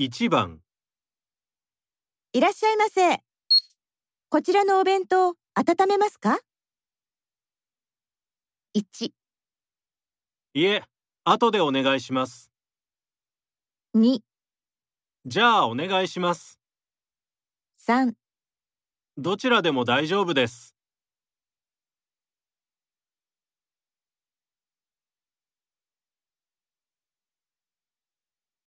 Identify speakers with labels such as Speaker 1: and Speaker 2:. Speaker 1: 1番
Speaker 2: いらっしゃいませ。こちらのお弁当、温めますか ?1、
Speaker 1: いえ後でお願いします
Speaker 2: 2、
Speaker 1: じゃあお願いします
Speaker 2: 3。
Speaker 1: どちらでも大丈夫です